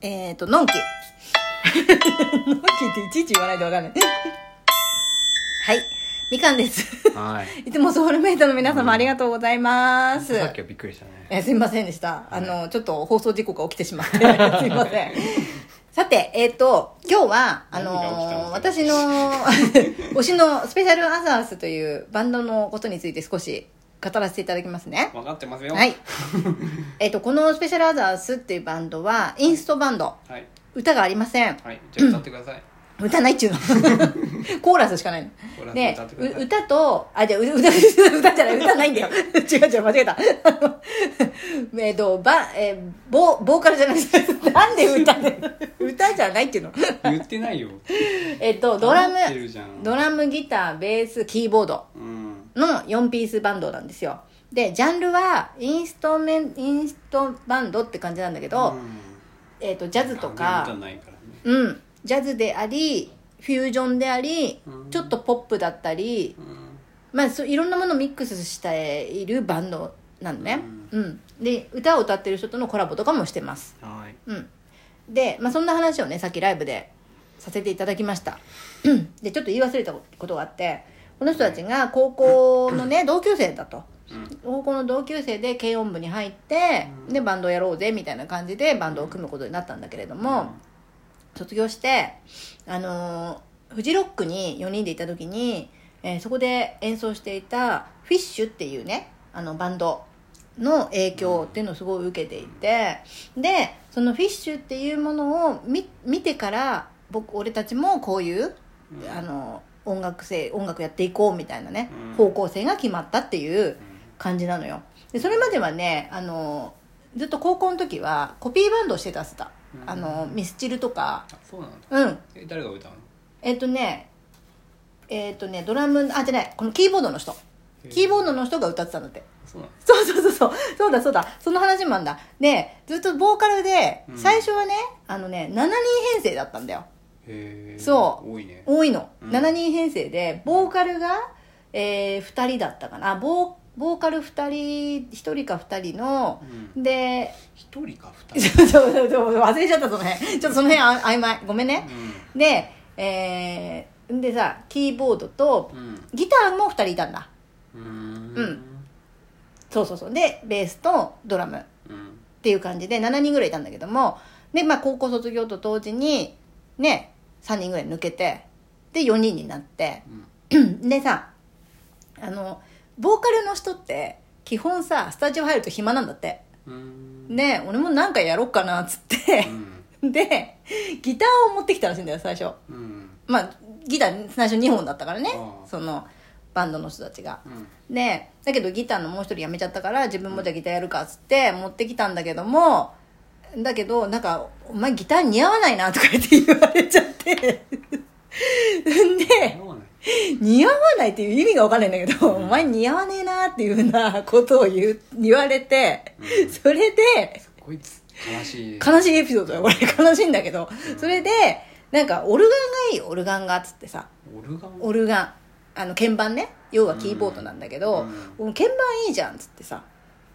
えっ、と、のんき。のんきっていちいち言わないとわかんない。はい。みかんです。はい。いつもソウルメイトの皆様ありがとうございます。さっきはびっくりしたね。えすいませんでした。あの、ちょっと放送事故が起きてしまって。すいません。さて、えっ、と、今日は、あの何が起き私の、推しのスペシャルアザースというバンドのことについて少し語らせていただきますね。分かってますよ。はい。えっと、このスペシャルアザースっていうバンドは、インストバンド。 はい。歌がありません。はい。じゃあ歌ってください。歌ないっち ゅうのコーラスしかないコーラのスで歌ってくださいう歌とあじゃあう 歌歌じゃない歌ないんだよ 違う違う間違えた えっとば、えーボボーカルじゃない なんで歌で 歌じゃないっていうの言ってないよ。えっとドラム黙ってるじゃんドラムギターベースキーボードうん。の4ピースバンドなんですよでジャンルはインストメンインストバンドって感じなんだけど、えっとジャズとか考えたことないからね。うん、ジャズでありフュージョンであり、うんちょっとポップだったり、うん。まあ、そういろんなものをミックスしているバンドなのね、うんで歌を歌ってる人とのコラボとかもしてます、はい。うん、で、まあ、そんな話をねさっきライブでさせていただきました うんでちょっと言い忘れたことがあってこの人たちが高校のね同級生だと。うん。高校の同級生で軽音部に入って、うんでバンドをやろうぜみたいな感じでバンドを組むことになったんだけれども、卒業してあのーフジロックに4人でいた時に、えーそこで演奏していたフィッシュっていうねあのバンドの影響っていうのをすごい受けていてでそのフィッシュっていうものを見見てから僕俺たちもこういう、うんあの音楽性音楽やっていこうみたいなね、うん方向性が決まったっていううん感じなのよでそれまではねあのずっと高校の時はコピーバンドをしてたっつった、うんあのミスチルとかあ、そうなんだ。うんえ、誰が歌うのえっ、とねえっ、とねドラムあじゃないこのキーボードの人へえキーボードの人が歌ってたんだってそうなんだ。そうそうそうそうそうだそうだその話もあんだでずっとボーカルでうん最初はね、あのね7人編成だったんだよへえ。そう多いね。多いの、うん7人編成でボーカルが、え2人だったかなあボーボーカル2人1人か2人のうん。で 一人か二人。ちょちょちょ忘れちゃったその辺ちょっとその辺あ曖昧ごめんうね、ん。でえーんでさキーボードとうんギターも2人いたんだうん。うそうそうそうでベースとドラムっうん。ていう感じで7人ぐらいいたんだけどもで、まあ、高校卒業と同時にね3人ぐらい抜けてで4人になって うん。でさあのボーカルの人って基本さスタジオ入ると暇なんだってうん。ね俺もなんかやろうかなっつってう、ん。 でギターを持ってきたらしいんだよ最初うん。まあギター最初2本だったからねああそのバンドの人たちがうん。でだけどギターのもう一人辞めちゃったから自分もじゃあギターやるかっつって持ってきたんだけどもだけどなんか「お前ギター似合わないな」とか言って言われちゃって んで合わない。似合わないっていう意味が分かんないんだけど「お前似合わねえな」っていうふうなことを言う言われてうんそれでこいつ、悲しい。悲しいエピソード だよこれ悲しいんだけど、それでなんかオルガンがいいよオルガンがっつってさオルガンオルガンあの鍵盤ね要はキーボードなんだけど、うん鍵盤いいじゃんっつってさ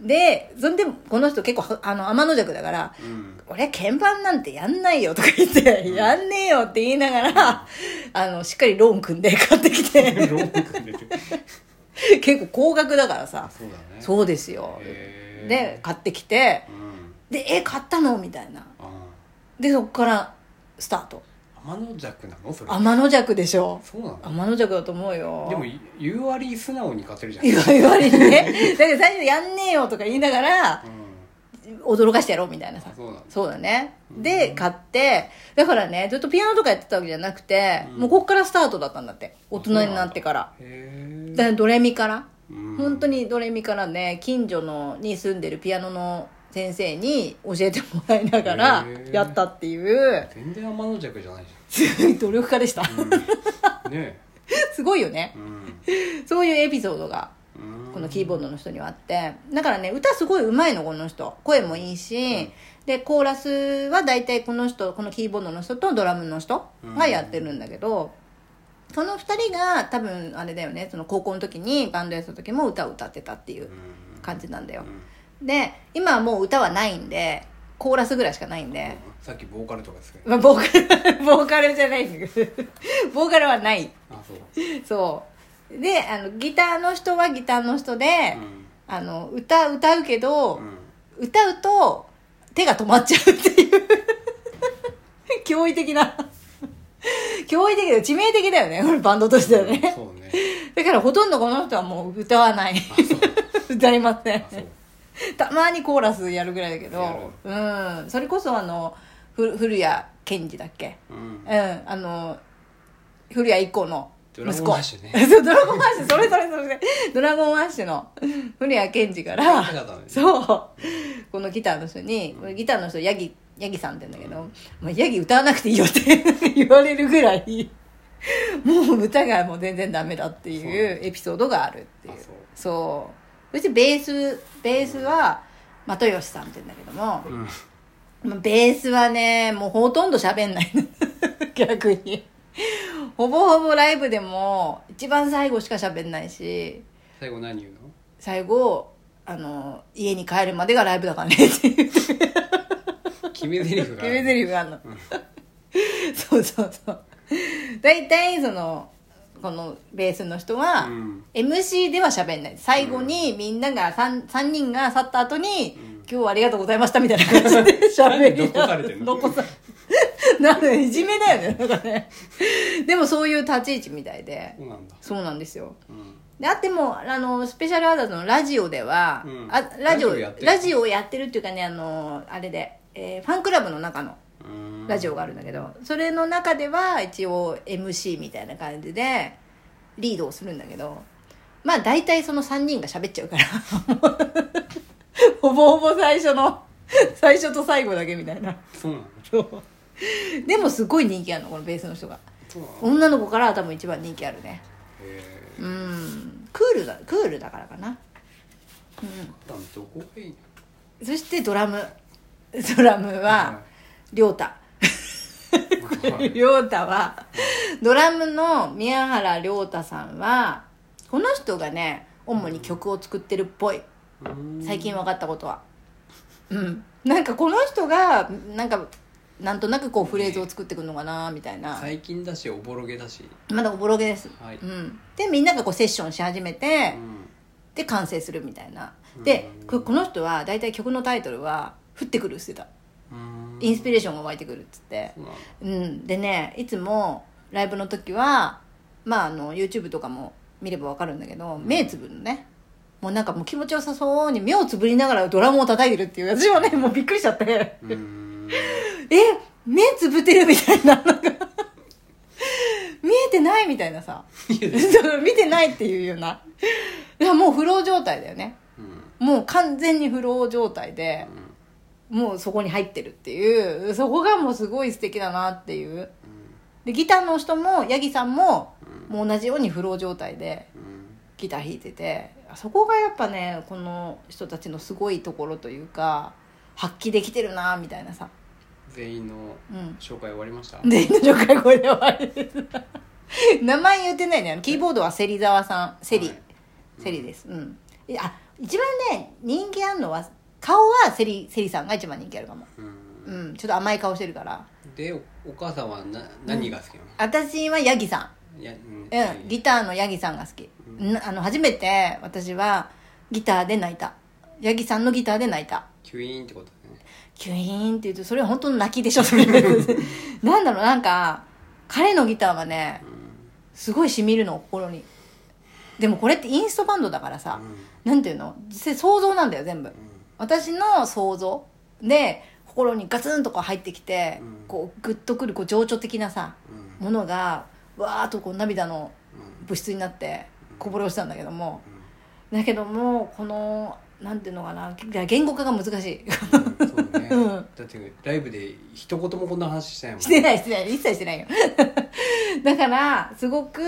でそんでこの人結構あの天の弱だからうん。俺鍵盤なんてやんないよとか言って、んやんねえよって言いながら、あの、しっかりローン組んで買ってきて、ローン組んでる。結構高額だからさ、 そうだね。う。そうですよ。へえで、買ってきて、うん。で、え、買ったのみたいな。あで、そっから、スタート。あ。天の弱なのそれ。天の弱でしょ。そうなの天の弱だと思うよ。でも、言わり素直に勝てるじゃん。言わ言われてね。だって最初やんねえよとか言いながら、う驚かしてやろうみたいなさん。。そうなのそうだね。うんで、買って、だからね、ずっとピアノとかやってたわけじゃなくて、うんもうこっからスタートだったんだって。大人になってから。へだかえ。らドレミから。うん本当。にドレミからね、近所のに住んでるピアノの先生に教えてもらいながらへーやったっていう、全然天の弱じゃないじすごい努力家でした。ゃん。うん。ね すごいよえ。ね。うん。そういうエピソードがうんこのキーボードの人にはあってだからね歌すごい上手いのこの人声もいいし、うんでコーラスは大体この人このキーボードの人とドラムの人がやってるんだけど、その2人が多分あれだよねその高校の時にバンドやってた時も歌を歌ってたっていううん感じなんだよう、んで今はもう歌はないんでコーラスぐらいしかないんで、さっきボーカルとかですけどまあ、ボーカル ボーカルじゃないんだけど ボーカルはないあそう、そうであのギターの人はギターの人で、うんあの歌歌うけど、うん、歌うと手が止まっちゃうっていう 驚異的な驚異的だよ致命的だよねこれバンドとしてはねそうねだからほとんどこの人はもう歌わないあそう歌いませんあそうたまにコーラスやるぐらいだけやどうんそれこそあのふ古谷健二だっけうんうんあの古谷一行のドラ息ゴン子アッシュね そうドラゴンアッシュそれそれそれドラゴンアッシュの古谷健二 から手がダメねそうこのギターの人に、うんギターの人ヤギヤギさんって言うんだけど、もうヤギ歌わなくていいよって 言われるぐらいもう歌がもう全然ダメだってそういうエピソードがあるっていうあそうそうそしてベースベースは又吉さんって言うんだけども、うんまあベースはねもうほとんど喋んない 逆にほぼほぼライブでも一番最後しか喋んないし最後何言うの最後あの家に帰るまでがライブだからねっていう決め台詞が決め台詞があるの、うんそうそうそう大体そのこのベースの人は、うん MC では喋んない最後にみんなが 3, 三人が去った後に、今日はありがとうございました」みたいな感じ で喋り残されてんの残さなんでいじめだよねなんかね でもそういう立ち位置みたいでそうなんだそうなんですようんであってもあのスペシャルアダーズのラジオでは、うんあラジオラジオラやってジるオをやってるっていうかねあのあれで、えーファンクラブの中のうんラジオがあるんだけど、それの中では一応 MC みたいな感じでリードをするんだけどまあ大体その3人が喋っちゃうからほぼほぼ最初の最初と最後だけみたいなそうなのでもすごい人気あるのこのベースの人がそうなの女の子からは多分一番人気あるねへえうんクールだクールだからかなうどこがいいのんそしてドラムドラムは亮太はい亮太はドラムの宮原亮太さんはこの人がね主に曲を作ってるっぽいうん最近分かったことはうんなんかこの人がなんかなんとなくこうフレーズを作ってくるのかなみたいな最近だしおぼろげだしまだおぼろげです、はいうん、でみんながこうセッションし始めてうんで完成するみたいなでうんここの人は大体曲のタイトルは「降ってくる」って言ってうんたインスピレーションが湧いてくるっつってそうなのうん、でねいつもライブの時は、まあ、あの YouTube とかも見ればわかるんだけど目つぶるのねもうなんかもう気持ちよさそうに目をつぶりながらドラムを叩いてるっていう私 はねもうびっくりしちゃってうんえ目つぶってるみたいななんか見えてないみたいなさそう見てないっていうようなだからもう不老状態だよねうんもう完全に不老状態でうんもうそこに入ってるっていうそこがもうすごい素敵だなっていうでギターの人もヤギさんももう同じようにフロー状態でうんギター弾いててそこがやっぱねこの人たちのすごいところというか発揮できてるなみたいなさ全員のうん紹介終わりましたで犬の紹介これで終わりです 名前言ってないねあのキーボードは芹沢さんセリ、はいセリですうんいあ一番ね人気あるのは顔はセリセリさんが一番人気あるかもうんうんちょっと甘い顔してるからでおお母さんはな何が好きなの私はヤギさんいやうんうん、ギターのヤギさんが好き、うんんあの初めて私はギターで泣いたヤギさんのギターで泣いたキュイーンってことだねキュイーンって言うとそれは本当の泣きで しょそれなんだろうなんか彼のギターはねうんすごいしみるの心にでもこれってインストバンドだからさ、なんていうの実際想像なんだよ全部私の想像で心にガツンとこう入ってきて、うんこうグッとくるこう情緒的なさうんうんものがわーっとこう涙のうん物質になってこぼれ落ちたんだけどもだけどもこのなんていうのかな言語化が難しい うんそうねうんだってライブで一言もこんな話してないもんしてないしてない一切してないよ だからすごく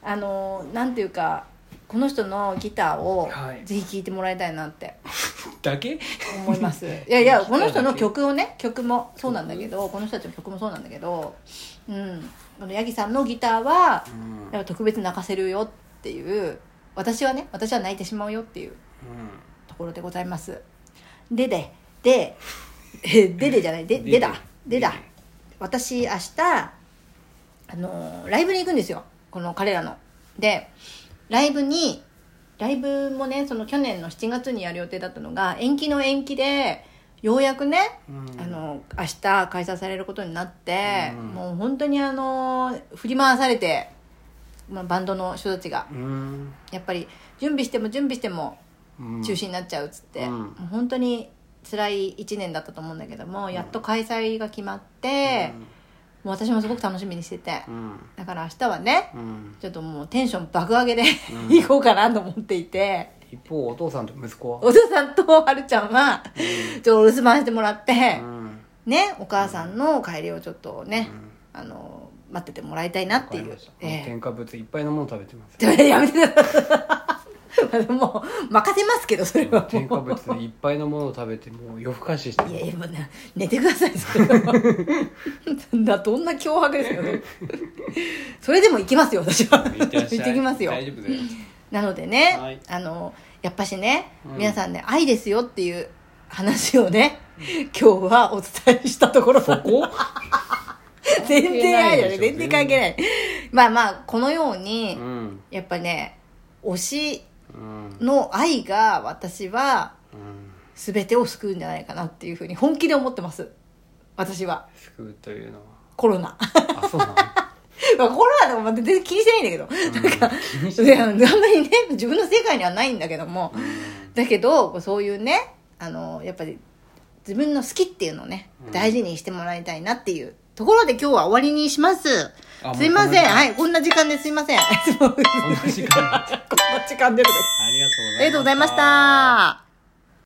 あのなんていうかこの人のギターをはいぜひ聴いてもらいたいなって だけ思いますいや いやギターだけこの人の曲をね曲もそうなんだけどこの人たちの曲もそうなんだけどうんこのヤギさんのギターはうんやっぱ特別泣かせるよっていう私はね私は泣いてしまうよっていうところでございますでででえデデじゃないでデデデだデだデデ私明日あのーライブに行くんですよこの彼らのでライブにライブもねその去年の7月にやる予定だったのが延期の延期でようやくね、うんあの明日開催されることになって、うんもう本当にあの振り回されて、まあ、バンドの人たちがうんやっぱり準備しても準備してもうん中止になっちゃうっつって、うんもう本当に辛い1年だったと思うんだけどもやっと開催が決まって、もう私もすごく楽しみにしてて、うんだから明日はねうんちょっともうテンション爆上げでう ん行こうかなと思っていて、一方お父さんと息子はお父さんとはるちゃんはちょっとお留守番してもらって、うんねお母さんの帰りをちょっとね、あの待っててもらいたいなっていうわかりましたええ添加物いっぱいのもの食べてます でもやめてくだ さいもう任せますけどそれはもう添加物いっぱいのものを食べてもう夜更かししているやいやもうな寝てくださいそれはな どんな脅迫ですか ねそれでも行きますよ私は行ってらっしゃい行ってきますよ大丈夫だよなのでね、はいあのやっぱしね、うん皆さんね愛ですよっていう話をね今日はお伝えしたところそこ全然愛だね関係ないでし全ょ然関係ないまあまあこのように、うんやっぱね推しうんの愛が私はうん全てを救うんじゃないかなっていうふうに本気で思ってます私は救うというのはコロナ あ そうなのまあコロナとか全然気にしてないんだけど、なんか気にしであんまりね自分の世界にはないんだけども、だけどそういうねあのやっぱり自分の好きっていうのをねうん大事にしてもらいたいなっていうところで今日は終わりにしますあもうすいませんこんな時間はいこんな時間ですいま せんいつもこんな こんな時間になっちゃう時間ですありがとうございましたありがとうございました